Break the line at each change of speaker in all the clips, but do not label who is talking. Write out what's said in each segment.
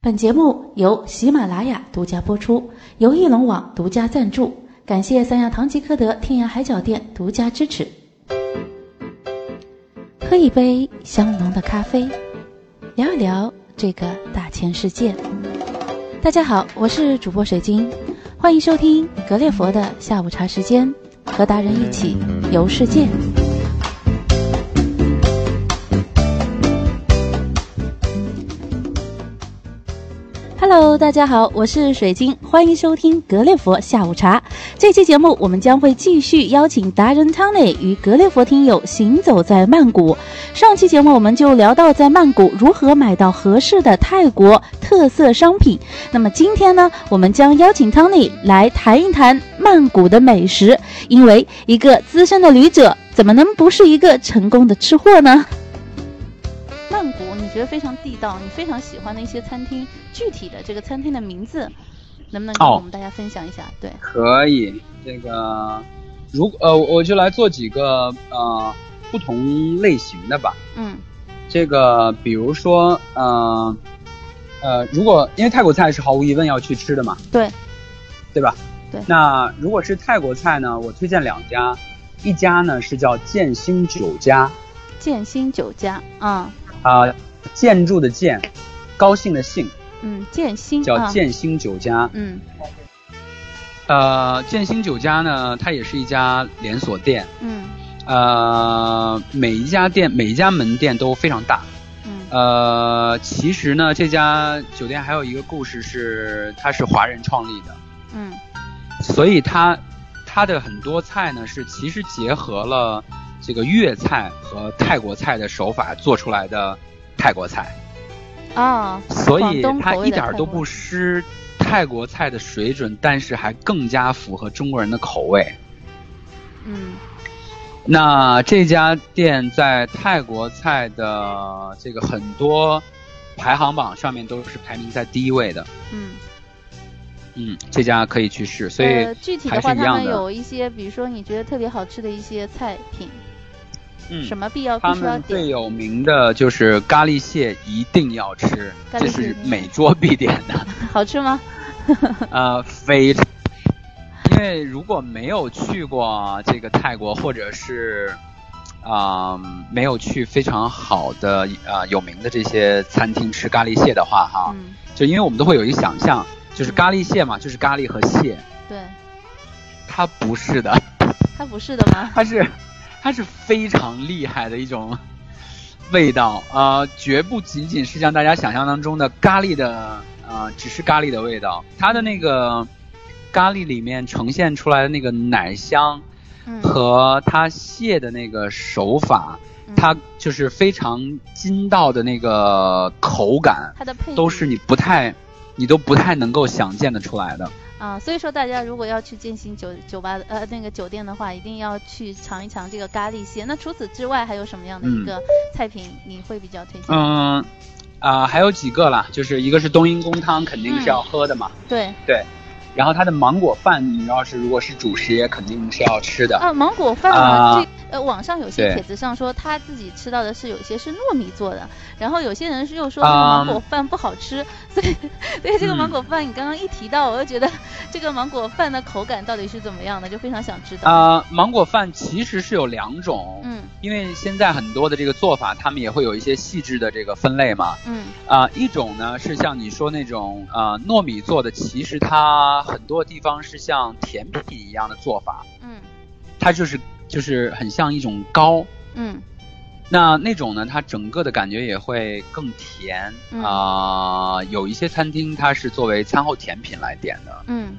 本节目由喜马拉雅独家播出，由翼龙网独家赞助，感谢三亚堂吉诃德天涯海角店独家支持。喝一杯香浓的咖啡，聊一聊这个大千世界。大家好，我是主播水晶，欢迎收听格列佛的下午茶时间，和达人一起游世界。Hello，大家好，我是水晶，欢迎收听格列佛下午茶。这期节目我们将会继续邀请达人汤磊与格列佛听友行走在曼谷。上期节目我们就聊到在曼谷如何买到合适的泰国特色商品，那么今天呢，我们将邀请汤磊来谈一谈曼谷的美食，因为一个资深的旅者怎么能不是一个成功的吃货呢？曼谷你觉得非常地道，你非常喜欢的一些餐厅，具体的这个餐厅的名字，能不能跟
哦
我们大家分享一下？对，
可以，这个如呃，我我就来做几个呃不同类型的吧。
嗯
这个比如说呃呃，如果因为泰国菜是毫无疑问要去吃的嘛，
对，
对吧？
对
那如果是泰国菜呢，我推荐两家，一家呢是叫建兴酒家
建兴酒家啊，
啊、建筑的建，高兴的兴，
嗯，建兴
叫
啊，
建兴酒家。
嗯
呃，建兴酒家呢，它也是一家连锁店。
嗯
呃，每一家店每一家门店都非常大。
嗯
呃，其实呢，这家酒店还有一个故事是，它是华人创立的，
嗯
所以它它的很多菜呢是其实结合了这个粤菜和泰国菜的手法做出来的泰国菜，
啊，
所
广
以
东
它
口味
一
的
点儿
泰
都
国
不失泰国菜的水准，但是还更加符合中国人的口味。
嗯
那这家店在泰国菜的这个很多排行榜上面都是排名在第一位的，
嗯，
嗯，这家可以去试。所以，
呃，具体
还
的话，
是一
他
样
们
的
有一些，比如说你觉得特别好吃的一些菜品，
嗯，
什么必要必
他
须要
们最
点？
有名的就是咖喱蟹，一定要吃，
咖喱蟹
这是每桌必点 的，
好吃吗？
呃，非常。因为如果没有去过这个泰国，或者是啊、没有去非常好的啊、有名的这些餐厅吃咖喱蟹的话，哈、
嗯，
就因为我们都会有一个想象，就是咖喱蟹嘛，就是咖喱和蟹，
对，
它不是的，
它不是的吗？
它是它是非常厉害的一种味道，呃，绝不仅仅是像大家想象当中的咖喱的，呃，只是咖喱的味道，它的那个咖喱里面呈现出来的那个奶香
嗯，
和它蟹的那个手法，
嗯
它就是非常筋道的那个口感，
它的配
都是
比
你不太。你都不太能够想见得出来的，
啊，所以说大家如果要去建新酒酒吧的呃那个酒店的话，一定要去尝一尝这个咖喱蟹。那除此之外，还有什么样的一
嗯
个菜品你会比较推荐？
嗯，啊、还有几个啦，就是一个是冬阴功汤，肯定是要喝的嘛。
对
然后它的芒果饭，你要是如果是主食，也肯定是要吃的。
啊，芒果饭啊，
啊
这呃网上有些
对
帖子上说他自己吃到的是有一些是糯米做的，然后有些人是又说那个芒果饭不好吃，所以对这个芒
啊嗯
果饭你刚刚一提到，我就觉得 这个芒果饭的口感到底是怎么样的，就非常想知道。
啊、芒果饭其实是有两种，
嗯
因为现在很多的这个做法，他们也会有一些细致的这个分类嘛。
嗯
啊、一种呢是像你说那种啊糯米做的，其实它很多地方是像甜品一样的做法，
嗯
它就是就是很像一种糕，
嗯
那那种呢，它整个的感觉也会更甜
嗯
啊、有一些餐厅它是作为餐后甜品来点的，
嗯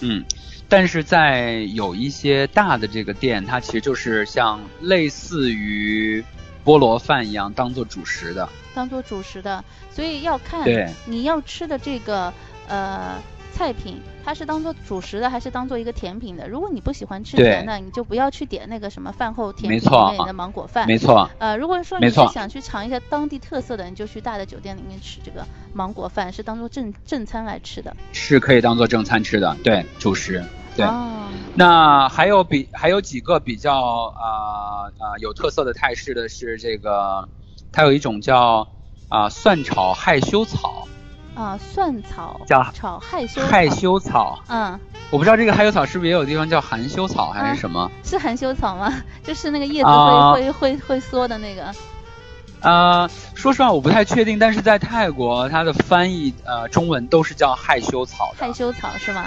嗯，但是在有一些大的这个店，它其实就是像类似于菠萝饭一样当做主食的，
当做主食的，所以要看
对，
你要吃的这个呃菜品，它是当做主食的，还是当做一个甜品的？如果你不喜欢吃
对
甜的，你就不要去点那个什么饭后甜
没
品
错
之类的芒果饭。
没错，
呃，如果说
没
你是
错
想去尝一下当地特色的，你就去大的酒店里面吃这个芒果饭，是当做正正餐来吃的。
是可以当做正餐吃的，对，主食。对
哦，
那还有比还有几个比较啊啊、有特色的泰式呃的是这个，它有一种叫啊、蒜炒害羞草。
啊、啊、蒜草
叫
炒害羞
害
草，
羞草，
嗯，
我不知道这个害羞草是不是也有地方叫含羞草还是什么？
是含羞草吗？ 就是那个叶子会、
啊
会会会缩的那个，
呃，说实话我不太确定，但是在泰国它的翻译呃中文都是叫害羞草的
害。羞草是吗？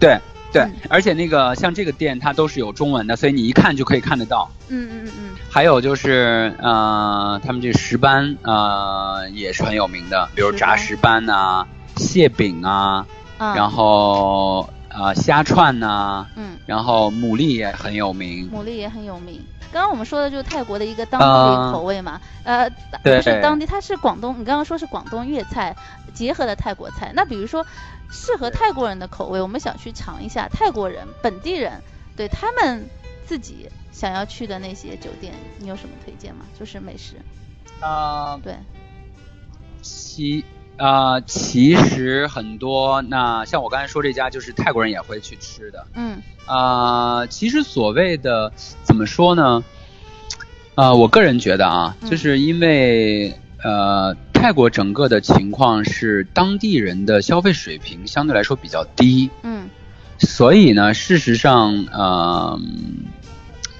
对对
嗯，
而且那个像这个店它都是有中文的，所以你一看就可以看得到。
嗯嗯嗯
还有就是，呃，他们这石斑，呃，也是很有名的，比如
石
炸
斑
石斑呐、蟹饼啊，
嗯，啊，
然后呃虾串呐、
嗯，
然后牡蛎也很有名。
牡蛎也很有名。刚刚我们说的就是泰国的一个当地口味嘛，呃，
啊对
不是当地，它是广东，你刚刚说是广东粤菜结合了泰国菜。那比如说，适合泰国人的口味，我们想去尝一下泰国人本地人对他们自己想要去的那些酒店，你有什么推荐吗？就是美食，
呃，
对，
其呃其实很多，那像我刚才说这家，就是泰国人也会去吃的。
嗯
呃，其实所谓的怎么说呢？呃，我个人觉得啊，
嗯
就是因为呃，泰国整个的情况是当地人的消费水平相对来说比较低，
嗯
所以呢，事实上，呃，嗯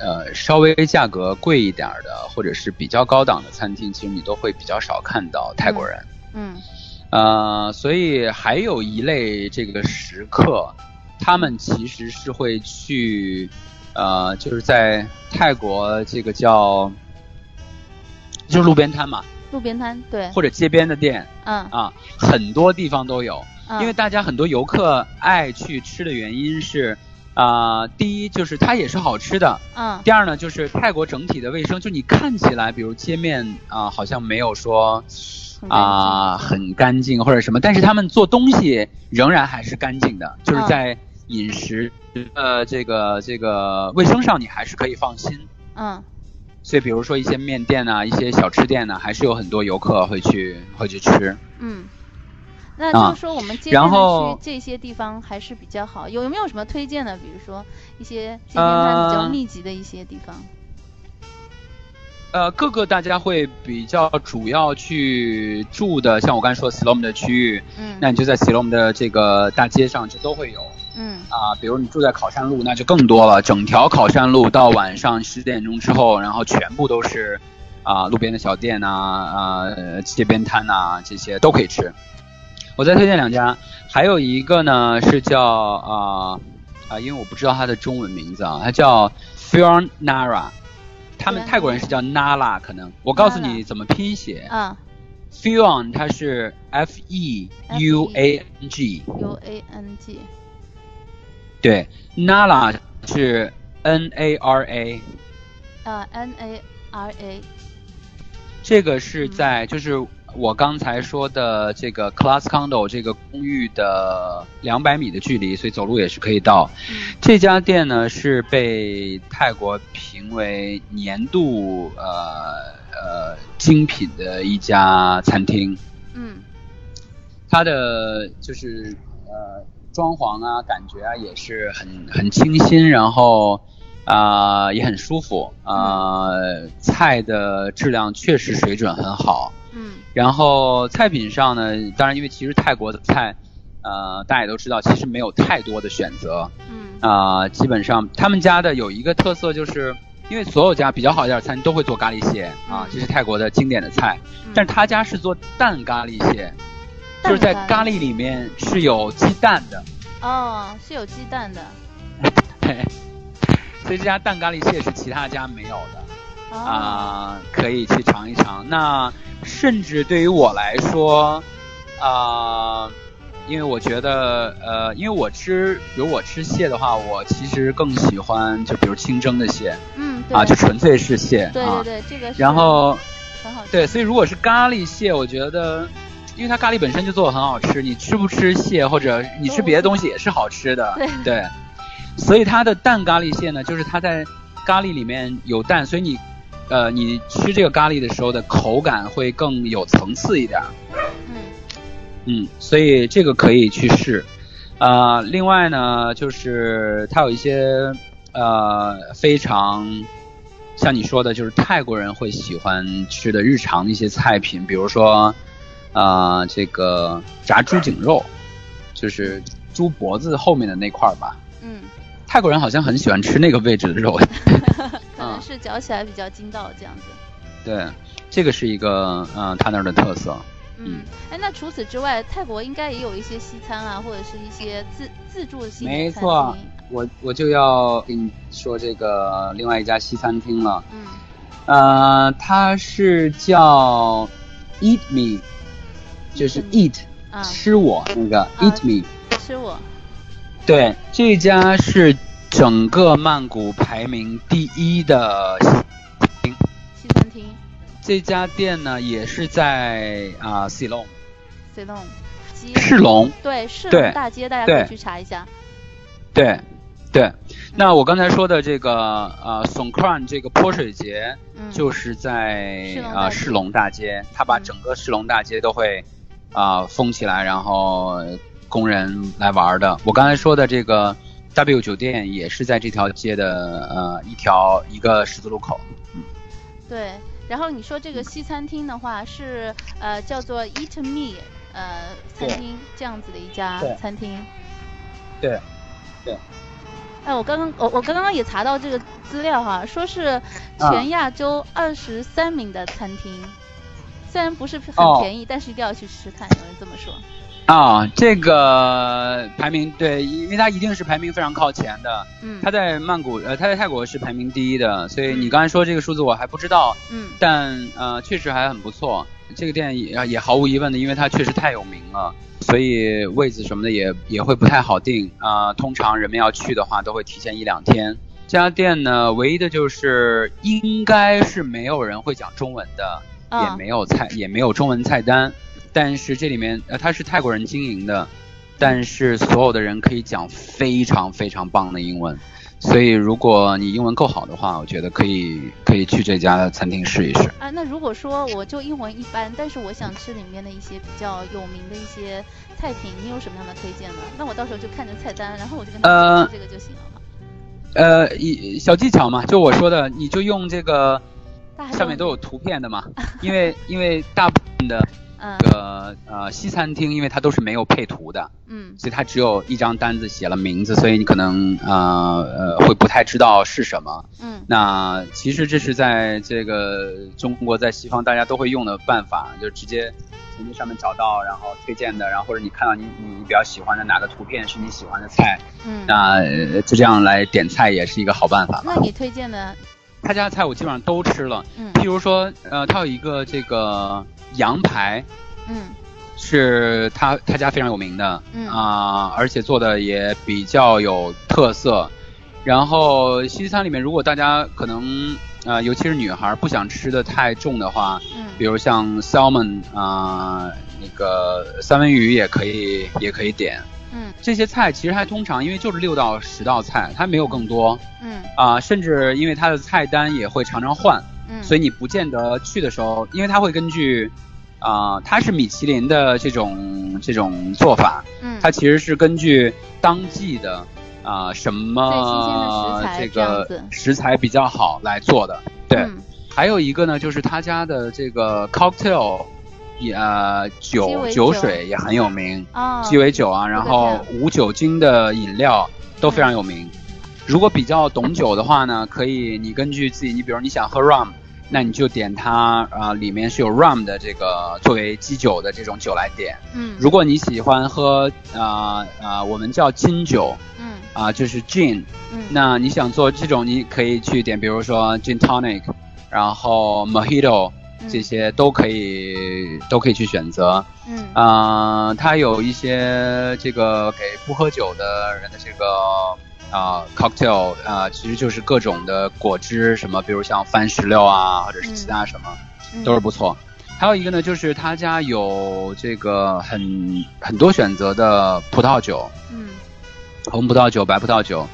呃，稍微价格贵一点儿的，或者是比较高档的餐厅，其实你都会比较少看到泰国人。
嗯
呃，所以还有一类这个食客，他们其实是会去，呃，就是在泰国这个叫，就是路边摊嘛，
路边摊，对，
或者街边的店
嗯
啊，很多地方都有。
嗯，
因为大家很多游客爱去吃的原因是，啊、第一就是它也是好吃的，
嗯
第二呢，就是泰国整体的卫生，就你看起来，比如街面啊、好像没有说
嗯很干净
啊、很干净或者什么，但是他们做东西仍然还是干净的，就是
嗯
在饮食、呃这个这个卫生上你还是可以放心。
嗯
所以，比如说一些面店啊，一些小吃店呢、还是有很多游客会去会去吃。
嗯，那就是
啊
说我们接
然
下来去
后
这些地方还是比较好，有有没有什么推荐的？比如说一些街边摊比较
呃
密集的一些地方，
呃，各个大家会比较主要去住的，像我刚才说 Slom 的区域，
嗯
那你就在 Slom 的这个大街上，这都会有。
嗯
啊，比如你住在考山路，那就更多了。整条考山路到晚上十点钟之后，然后全部都是啊路边的小店呐、啊，呃街边摊呐、这些都可以吃。我再推荐两家，还有一个呢是叫啊啊，因为我不知道它的中文名字啊，它叫 Fion Nara，他们
Fion
泰国人是叫 Nara，可能我告诉
Nara
你怎么拼写
啊
，Fion 它是 F E U A N G。
U A N G
对，Nara 是 N A R A，
啊 N A R A
这个是在就是我刚才说的这个 Class Condo 这个公寓的两百米的距离，所以走路也是可以到。
嗯
这家店呢是被泰国评为年度呃呃精品的一家餐厅，
嗯
它的就是呃装潢啊，感觉啊也是很很清新，然后啊、也很舒服啊、菜的质量确实水准很好。
嗯
然后菜品上呢，当然因为其实泰国的菜，呃大家也都知道，其实没有太多的选择
嗯
啊、基本上他们家的有一个特色就是。因为所有家比较好一点的餐都会做咖喱蟹
嗯，
啊这是泰国的经典的菜，
嗯
但是他家是做蛋咖喱蟹，
蛋
就是在
咖
咖喱里面是有鸡蛋的，
哦是有鸡蛋的
对，所以这家蛋咖喱蟹是其他家没有的
哦
啊、可以去尝一尝。那甚至对于我来说，啊、因为我觉得，呃，因为我吃，比如我吃蟹的话，我其实更喜欢就比如清蒸的蟹
嗯对
啊，就纯粹是蟹
对
啊
对。对这个是
然后
很好吃
对，所以如果是咖喱蟹，我觉得，因为它咖喱本身就做的很好吃，你吃不吃蟹或者你吃别的东西也是好吃的
对，
对。所以它的蛋咖喱蟹呢，就是它在咖喱里面有蛋，所以你，呃，你吃这个咖喱的时候的口感会更有层次一点儿，
嗯
嗯，所以这个可以去试。呃，另外呢，就是它有一些呃非常像你说的，就是泰国人会喜欢吃的日常的一些菜品，比如说呃这个炸猪颈肉，就是猪脖子后面的那块儿吧。
嗯，
泰国人好像很喜欢吃那个位置的肉。 啊
可能是嚼起来比较筋道这样子。
对，这个是一个嗯他那儿的特色。
嗯，哎，那除此之外，泰国应该也有一些西餐啊，或者是一些自自助型的
没
餐
错
厅。
我我就要跟你说这个另外一家西餐厅了，
嗯
呃，它是叫 Eat Me，就是 Eat
啊，
吃我那个 Eat Me，
吃我
对，这家是整个曼谷排名第一的西餐厅。
西餐厅
这家店呢也是在啊西隆
C 弄鸡
赤龙，
对市
对
容大街，大家可以
对
去查一下。
对对。那我刚才说的这个呃 Songkran 这个泼水节，
嗯，
就是在
市容大
啊
街
市龙大街，他把
嗯
整个市龙大街都会啊、封起来，然后工人来玩儿的。我刚才说的这个 W 酒店也是在这条街的呃一条一个十字路口。
对。然后你说这个
嗯
西餐厅的话是呃叫做 Eat Me 呃餐
对
厅这样子的一家
对
餐厅。
对，
哎，我刚刚我我刚刚也查到这个资料哈，说是
啊
全亚洲二十三名的餐厅，虽然不是很
哦
便宜，但是一定要去吃看，有人这么说。
啊，这个排名对，因为它一定是排名非常靠前的。
嗯，
它在曼谷，呃，它在泰国是排名第一的，所以你刚才说这个数字我还不知道，
嗯
但呃，确实还很不错。这个店也也毫无疑问的，因为它确实太有名了，所以位置什么的也也会不太好定啊、通常人们要去的话，都会提前一两天。这家店呢，唯一的就是应该是没有人会讲中文的，也
啊
没有菜，也没有中文菜单。但是这里面，呃，它是泰国人经营的，但是所有的人可以讲非常非常棒的英文。所以，如果你英文够好的话，我觉得可以可以去这家餐厅试一试。
啊，那如果说我就英文一般，但是我想吃里面的一些比较有名的一些菜品，你有什么样的推荐呢？那我到时候就看着菜单，然后我就跟他
呃
说这个就行了嘛。
呃，一小技巧嘛，就我说的，你就用这个
大海
上面都有
东
图片的嘛，因为因为大部分的
嗯
这个呃西餐厅，因为它都是没有配图的，
嗯
所以它只有一张单子写了名字，所以你可能呃呃会不太知道是什么。
嗯
那其实这是在这个中国在西方大家都会用的办法，就直接从这上面找到，然后推荐的，然后或者你看到你你比较喜欢的哪个图片是你喜欢的菜，
嗯，
那呃就这样来点菜也是一个好办法
那
嘛。
你推荐的
他家的菜我基本上都吃了，
嗯
譬如说呃，他有一个这个羊排
嗯
是他他家非常有名的，
嗯
啊、而且做的也比较有特色。然后西餐里面，如果大家可能呃，尤其是女孩儿不想吃的太重的话，比
嗯
如像 salmon 啊、那个三文鱼也可以，也可以点。
嗯
这些菜其实还通常因为就是六到十道菜，它没有更多
嗯
啊、甚至因为它的菜单也会常常换，
嗯，
所以
以
你不见得去的时候，因为它会根据啊、它是米其林的这种这种做法，
嗯
它其实是根据当季的啊、什么
最新鲜的食材
这
这样
个
子
食材比较好来做的。对，
嗯
还有一个呢，就是他家的这个 cocktail 也、呃、
鸡
酒
尾酒
酒水也很有名，
哦
鸡尾酒啊，
这个嗯
然后无酒精的饮料都非常有名。如果比较懂酒的话呢，可以你根据自己，你比如你想喝 rum。那你就点它啊、里面是有 rum 的这个作为基酒的这种酒来点，
嗯
如果你喜欢喝啊啊、我们叫金酒
嗯
啊、就是 gin，
嗯
那你想做这种，你可以去点，比如说 gin tonic，然后 mojito
嗯
这些都可以都可以去选择。
嗯
啊、它有一些这个给不喝酒的人的这个啊、cocktail 啊、其实就是各种的果汁，什么比如像番石榴啊，或者是其他什么。
嗯
都是不错。还有一个呢，就是他家有这个很很多选择的葡萄酒，
嗯
红葡萄酒、白葡萄酒，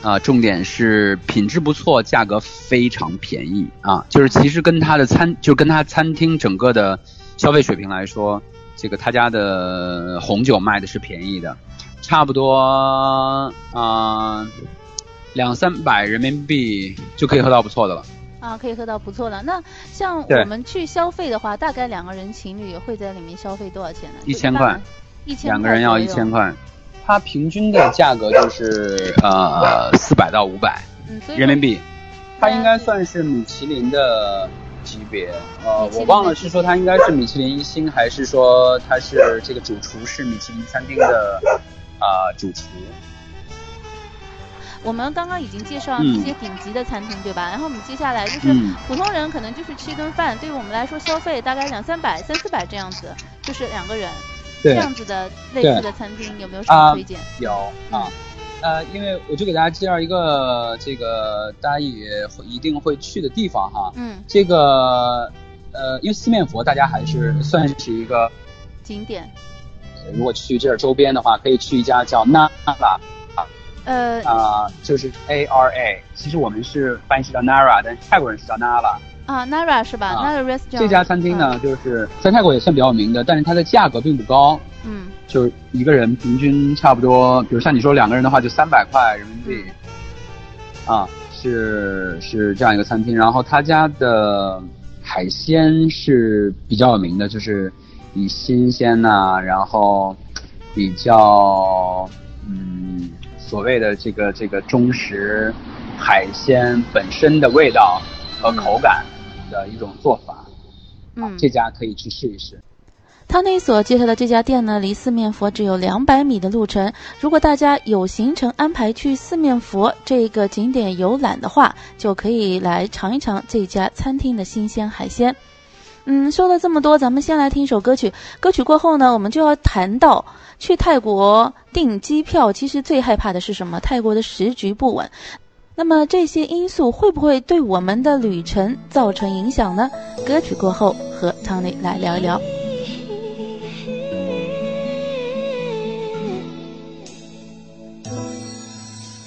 啊、重点是品质不错，价格非常便宜啊，就是其实跟他的餐，就跟他餐厅整个的消费水平来说，这个他家的红酒卖的是便宜的，差不多啊、呃两三百人民币就可以喝到不错的了。
啊，可以喝到不错的。那像
对
我们去消费的话，大概两个人情侣会在里面消费多少钱呢？
一千
就一般人，一千
两个人要一千
块
块，它平均的价格就是呃四百到五百
左右，嗯，所以
人民
币
币，它应该算是米其林的级别，呃
米，其林
我忘了是说它应该是米其林一星，还是说它是这个主厨是米其林餐厅的呃主厨，
我们刚刚已经介绍了
嗯
一些顶级的餐厅，对吧？然后我们接下来就是
嗯
普通人可能就是吃一顿饭，对于我们来说消费大概两三百、三四百这样子，就是两个人这
对，
样子的类
对
似的餐厅有没有什么
啊
推荐？
有啊。呃，因为我就给大家介绍一个这个大家也会一定会去的地方哈，
嗯，
这个呃，因为四面佛大家还是算是一个
景点。
如果去这儿周边的话，可以去一家叫 Nara
呃
啊、就是 A R A。其实我们是翻译是叫 Nara，但是泰国人是叫 Nara。
啊，Nara 是吧
啊
？Nara Restaurant 啊
这家餐厅呢，就是在泰国也算比较有名的，但是它的价格并不高，
嗯？
就是一个人平均差不多，比如像你说两个人的话，就三百块人民币。啊，是是这样一个餐厅，然后他家的海鲜是比较有名的，就是以新鲜呐、然后比较嗯所谓的这个这个中食海鲜本身的味道和口感的一种做法，啊
嗯嗯
这，家可以去试一试。
他内所介绍的这家店呢，离四面佛只有两百米的路程。如果大家有行程安排去四面佛这个景点游览的话，就可以来尝一尝这家餐厅的新鲜海鲜。嗯，说了这么多，咱们先来听一首歌曲。歌曲过后呢，我们就要谈到去泰国订机票，其实最害怕的是什么？泰国的时局不稳。那么这些因素会不会对我们的旅程造成影响呢？歌曲过后和汤尼来聊一聊。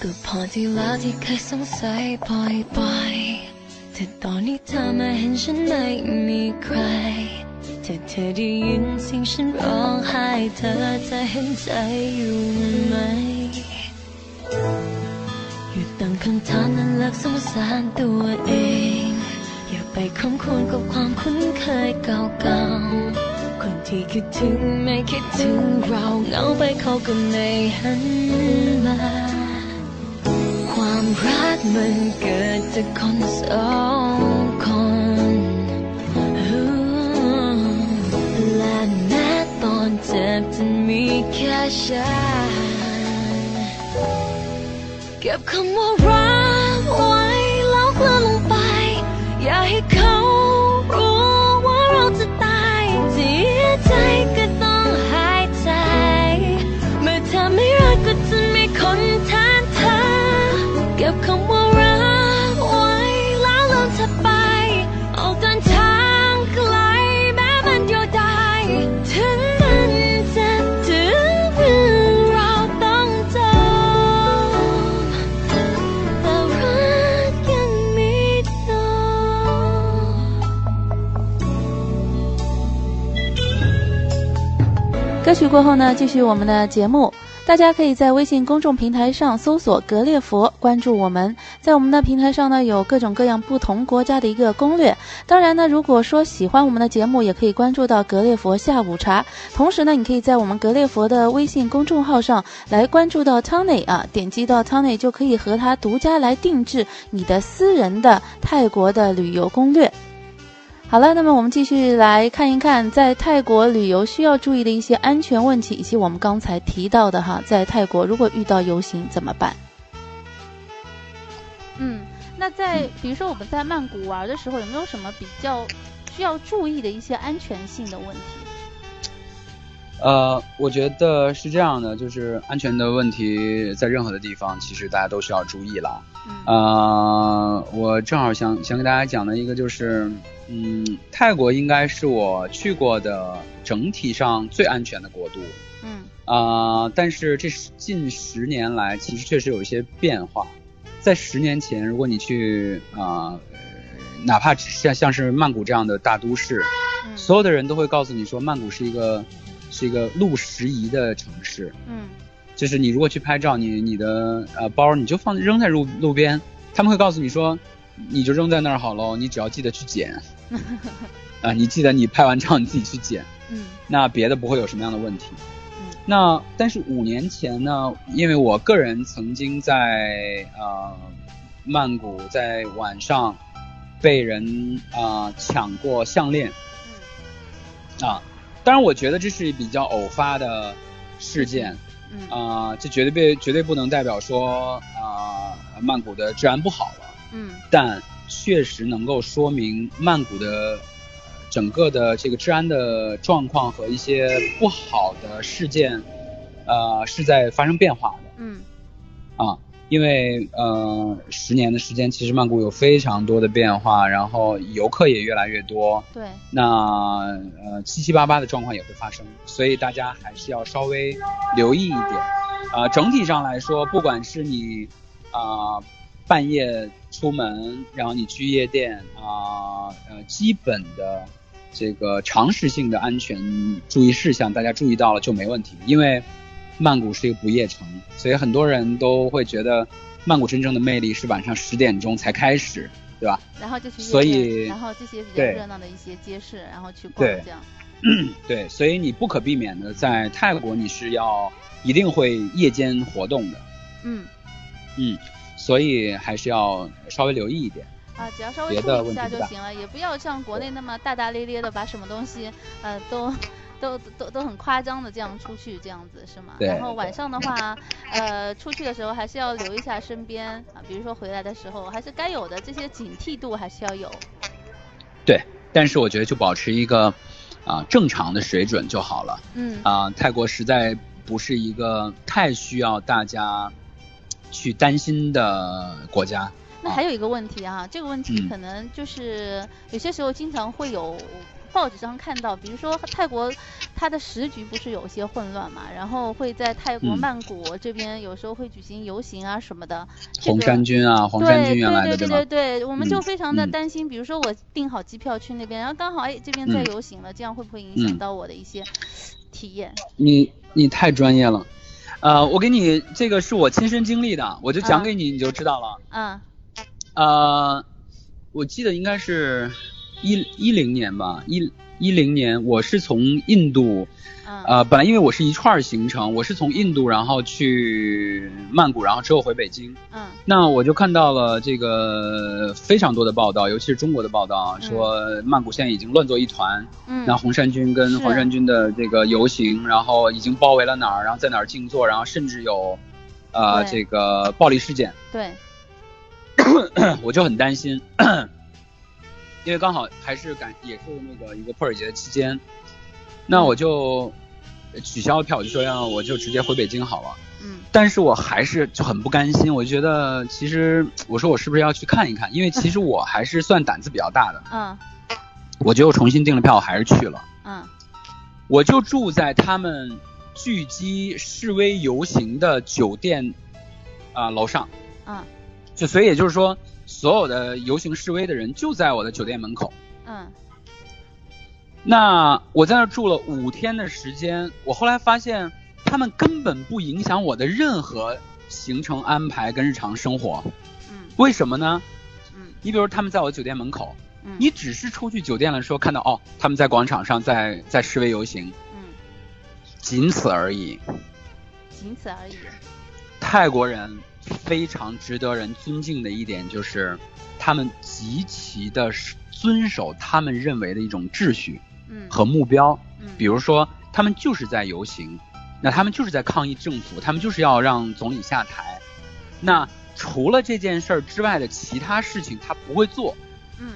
ก็พอที่แล้วที่เคยสงสัยปล่อยไปแต่ตอนนี้เธอมาเห็นฉันไม่มีใครถ้าเธอได้ยินเสิ่งฉันร้องไห้เธอจะเห็นใจอยู่ไหม หยุดตั้งคำถามนั้นเลิกสงสารตัวเอง อย่าไปคำควรกับความคุ้นเคยเก่าๆ คนที่คิดถึงไม่คิดถึงเราเหงาไปเขาก็ไม่หันมา ความรักมันเกิดจากคนสองคน และแม้ตอนเจ็บจะมีแค่ฉัน เก็บคำว่ารักไว้แล้วกลืนลงไป อย่าให้เขารู้ว่าเราจะตายเสียใจก็ต้องหายใจ เมื่อเธอไม่รักก็จะมีคนแทนเธอ เก็บคำว่ารักไว้แล้วลืมเธอไป ออกเดินทางไกลแม้มันยาวได้ ถึงมันจะถึงเรื่องเราต้องเจอ แต่รักยังมีต่อ
歌曲过后呢，继续我们的节目。大家可以在微信公众平台上搜索“格列佛”，关注我们。在我们的平台上呢，有各种各样不同国家的一个攻略。当然呢，如果说喜欢我们的节目，也可以关注到“格列佛下午茶”。同时呢，你可以在我们“格列佛”的微信公众号上来关注到 Tony 啊，点击到 Tony 就可以和他独家来定制你的私人的泰国的旅游攻略。好了，那么我们继续来看一看，在泰国旅游需要注意的一些安全问题，以及我们刚才提到的哈，在泰国如果遇到游行怎么办？嗯，那在比如说我们在曼谷玩的时候，有没有什么比较需要注意的一些安全性的问题？
呃，我觉得是这样的，就是安全的问题，在任何的地方，其实大家都需要注意啦。
嗯
呃，我正好想想给大家讲的一个就是，嗯，泰国应该是我去过的整体上最安全的国度。
嗯
呃，但是这十近十年来，其实确实有一些变化。在十年前，如果你去啊、呃哪怕只是像像是曼谷这样的大都市，
嗯
所有的人都会告诉你说，曼谷是一个是一个路拾遗的城市。
嗯
就是你如果去拍照，你你的呃包你就放扔在路路边，他们会告诉你说，你就扔在那儿好喽，你只要记得去捡。啊，你记得你拍完照你自己去捡，
嗯
那别的不会有什么样的问题。
嗯
那但是五年前呢，因为我个人曾经在呃曼谷在晚上被人啊、呃抢过项链
嗯
啊，当然我觉得这是比较偶发的事件
嗯嗯
啊、这绝对被绝对不能代表说啊、曼谷的治安不好了，
嗯
但确实能够说明曼谷的。整个的这个治安的状况和一些呃不好的事件，呃，是在发生变化的。
嗯
啊，因为呃，十年的时间，其实曼谷有非常多的变化，然后游客也越来越多，
对，
那呃七七八八的状况也会发生，所以大家还是要稍微留意一点。啊，整体上来说，不管是你啊、半夜出门，然后你去夜店啊，呃基本的这个常识性的安全注意事项，大家注意到了就没问题。因为曼谷是一个不夜城，所以很多人都会觉得曼谷真正的魅力是晚上十点钟才开始，对吧？
然后就去夜
所
店
以
然后这些比较
对
热闹的一些街市，然后去逛
对
这样，
对，所以你不可避免的在泰国你是要一定会夜间活动的，
嗯
嗯，所以还是要稍微留意一点。
啊，只要稍微
别的
注意一
问
下
题不
就
大
行了，也不要像国内那么大大咧咧的把什么东西呃都。都都都很夸张的这样出去，这样子是吗？
对
然后晚上的话，呃，出去的时候还是要留一下身边啊，比如说回来的时候，还是该有的这些警惕度还是要有。
对，但是我觉得就保持一个啊、正常的水准就好了
嗯
啊、泰国实在不是一个太需要大家去担心的国家。
那还有一个问题啊，这个问题
嗯
可能就是有些时候经常会有报纸上看到，比如说泰国它的时局不是有些混乱嘛，然后会在泰国
嗯
曼谷这边有时候会举行游行啊什么的。这
红
个
衫军啊，黄衫军原来的
对对
吧
对对？对，我们就
嗯
非常的
嗯
担心，比如说我订好机票去那边，然后刚好哎这边在
嗯
游行了，这样会不会影响
嗯
到我的一些体验？
你你太专业了，呃，我给你这个是我亲身经历的，我就讲给你，你就知道了。
嗯
呃，我记得应该是一一零年吧，一一零年，我是从印度，
嗯
呃，本来因为我是一串儿行程，我是从印度然后去曼谷，然后之后回北京。
嗯
那我就看到了这个非常多的报道，尤其是中国的报道，说曼谷现在已经乱作一团，
嗯，
那红衫军跟
是
黄衫军的这个游行，然后已经包围了哪儿，然后在哪儿静坐，然后甚至有，呃，
对
这个暴力事件。
对，
我就很担心， 因为刚好还是赶也是那个一个泼水节的期间，那我就取消了票，我就说要我就直接回北京好了。
嗯
但是我还是就很不甘心，我就觉得其实我说我是不是要去看一看？因为其实我还是算胆子比较大的，
嗯
我就重新订了票，我还是去了。
嗯
我就住在他们聚集示威游行的酒店啊、楼上。
嗯
就所以也就是说，所有的游行示威的人就在我的酒店门口。
嗯
那我在那儿住了五天的时间，我后来发现他们根本不影响我的任何行程安排跟日常生活。
嗯
为什么呢？
嗯
你比如他们在我酒店门口，
嗯，
你只是出去酒店的时候看到哦，他们在广场上在在示威游行，
嗯
仅此而已。
仅此而已。
泰国人非常值得人尊敬的一点就是，他们极其的遵守他们认为的一种秩序
嗯
和目标。
嗯，
比如说，他们就是在游行，那他们就是在抗议政府，他们就是要让总理下台。那除了这件事儿之外的其他事情，他不会做。
嗯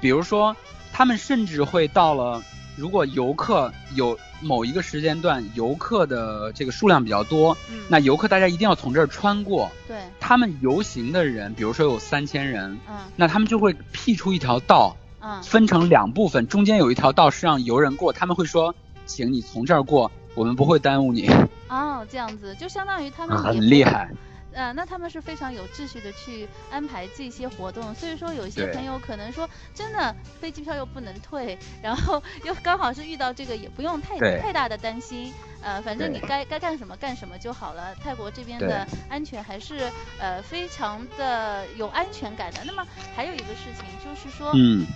比如说，他们甚至会到了，如果游客有某一个时间段游客的这个数量比较多，
嗯，
那游客大家一定要从这儿穿过。
对，
他们游行的人，比如说有三千人，
嗯
那他们就会辟出一条道，
嗯
分成两部分，中间有一条道是让游人过，他们会说，请你从这儿过，我们不会耽误你，
哦，这样子就相当于他们也
啊很
不
厉害。
呃，那他们是非常有秩序的去安排这些活动，所以说有一些
对
朋友可能说真的飞机票又不能退，然后又刚好是遇到这个，也不用太
对
太大的担心，呃，反正你
对
该该干什么干什么就好了。泰国这边
对
的安全还是呃非常的有安全感的。那么还有一个事情就是说，
嗯，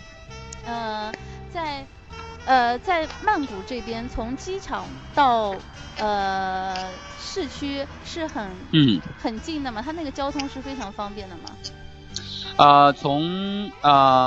呃，在呃在曼谷这边，从机场到呃市区是很
嗯，
很近的嘛，它那个交通是非常方便的嘛。
呃，从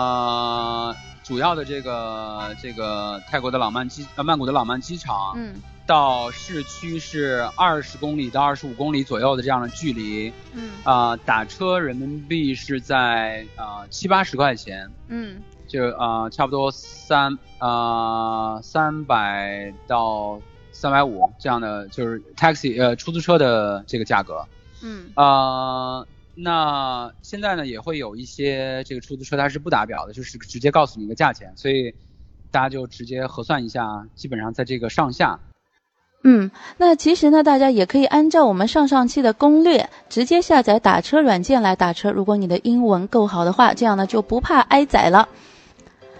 呃主要的这个这个泰国的朗曼机呃曼谷的朗曼机场，
嗯
到市区是二十公里到二十五公里左右的这样的距离，
嗯
啊、打车人民币是在啊七八十块钱，
嗯
就啊、呃差不多三啊三百到三百五这样的，就是 taxi 呃出租车的这个价格。
嗯
呃，那现在呢也会有一些这个出租车它是不打表的，就是直接告诉你一个价钱，所以大家就直接核算一下，基本上在这个上下。
嗯。那其实呢，大家也可以按照我们上上期的攻略，直接下载打车软件来打车。如果你的英文够好的话，这样呢就不怕挨宰了。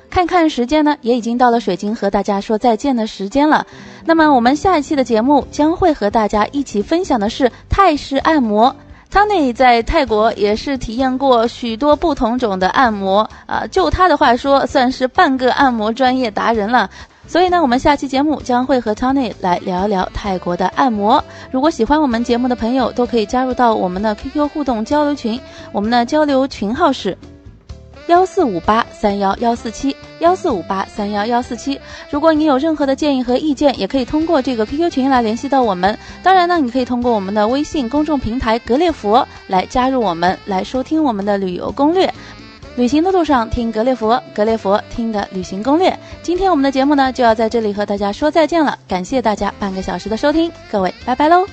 看看时间呢，也已经到了水晶和大家说再见的时间了。那么我们下一期的节目将会和大家一起分享的是泰式按摩。他内在泰国也是体验过许多不同种的按摩啊、就他的话说，算是半个按摩专业达人了。所以呢，我们下期节目将会和 Tony 来聊一聊泰国的按摩。如果喜欢我们节目的朋友，都可以加入到我们的 QQ 互动交流群，我们的交流群号是幺四五八三幺幺四七幺四五八三幺幺四七。如果你有任何的建议和意见，也可以通过这个 QQ 群来联系到我们。当然呢，你可以通过我们的微信公众平台“格列佛”来加入我们，来收听我们的旅游攻略。旅行的路上听格列佛，格列佛听的旅行攻略。今天我们的节目呢就要在这里和大家说再见了，感谢大家半个小时的收听，各位拜拜喽。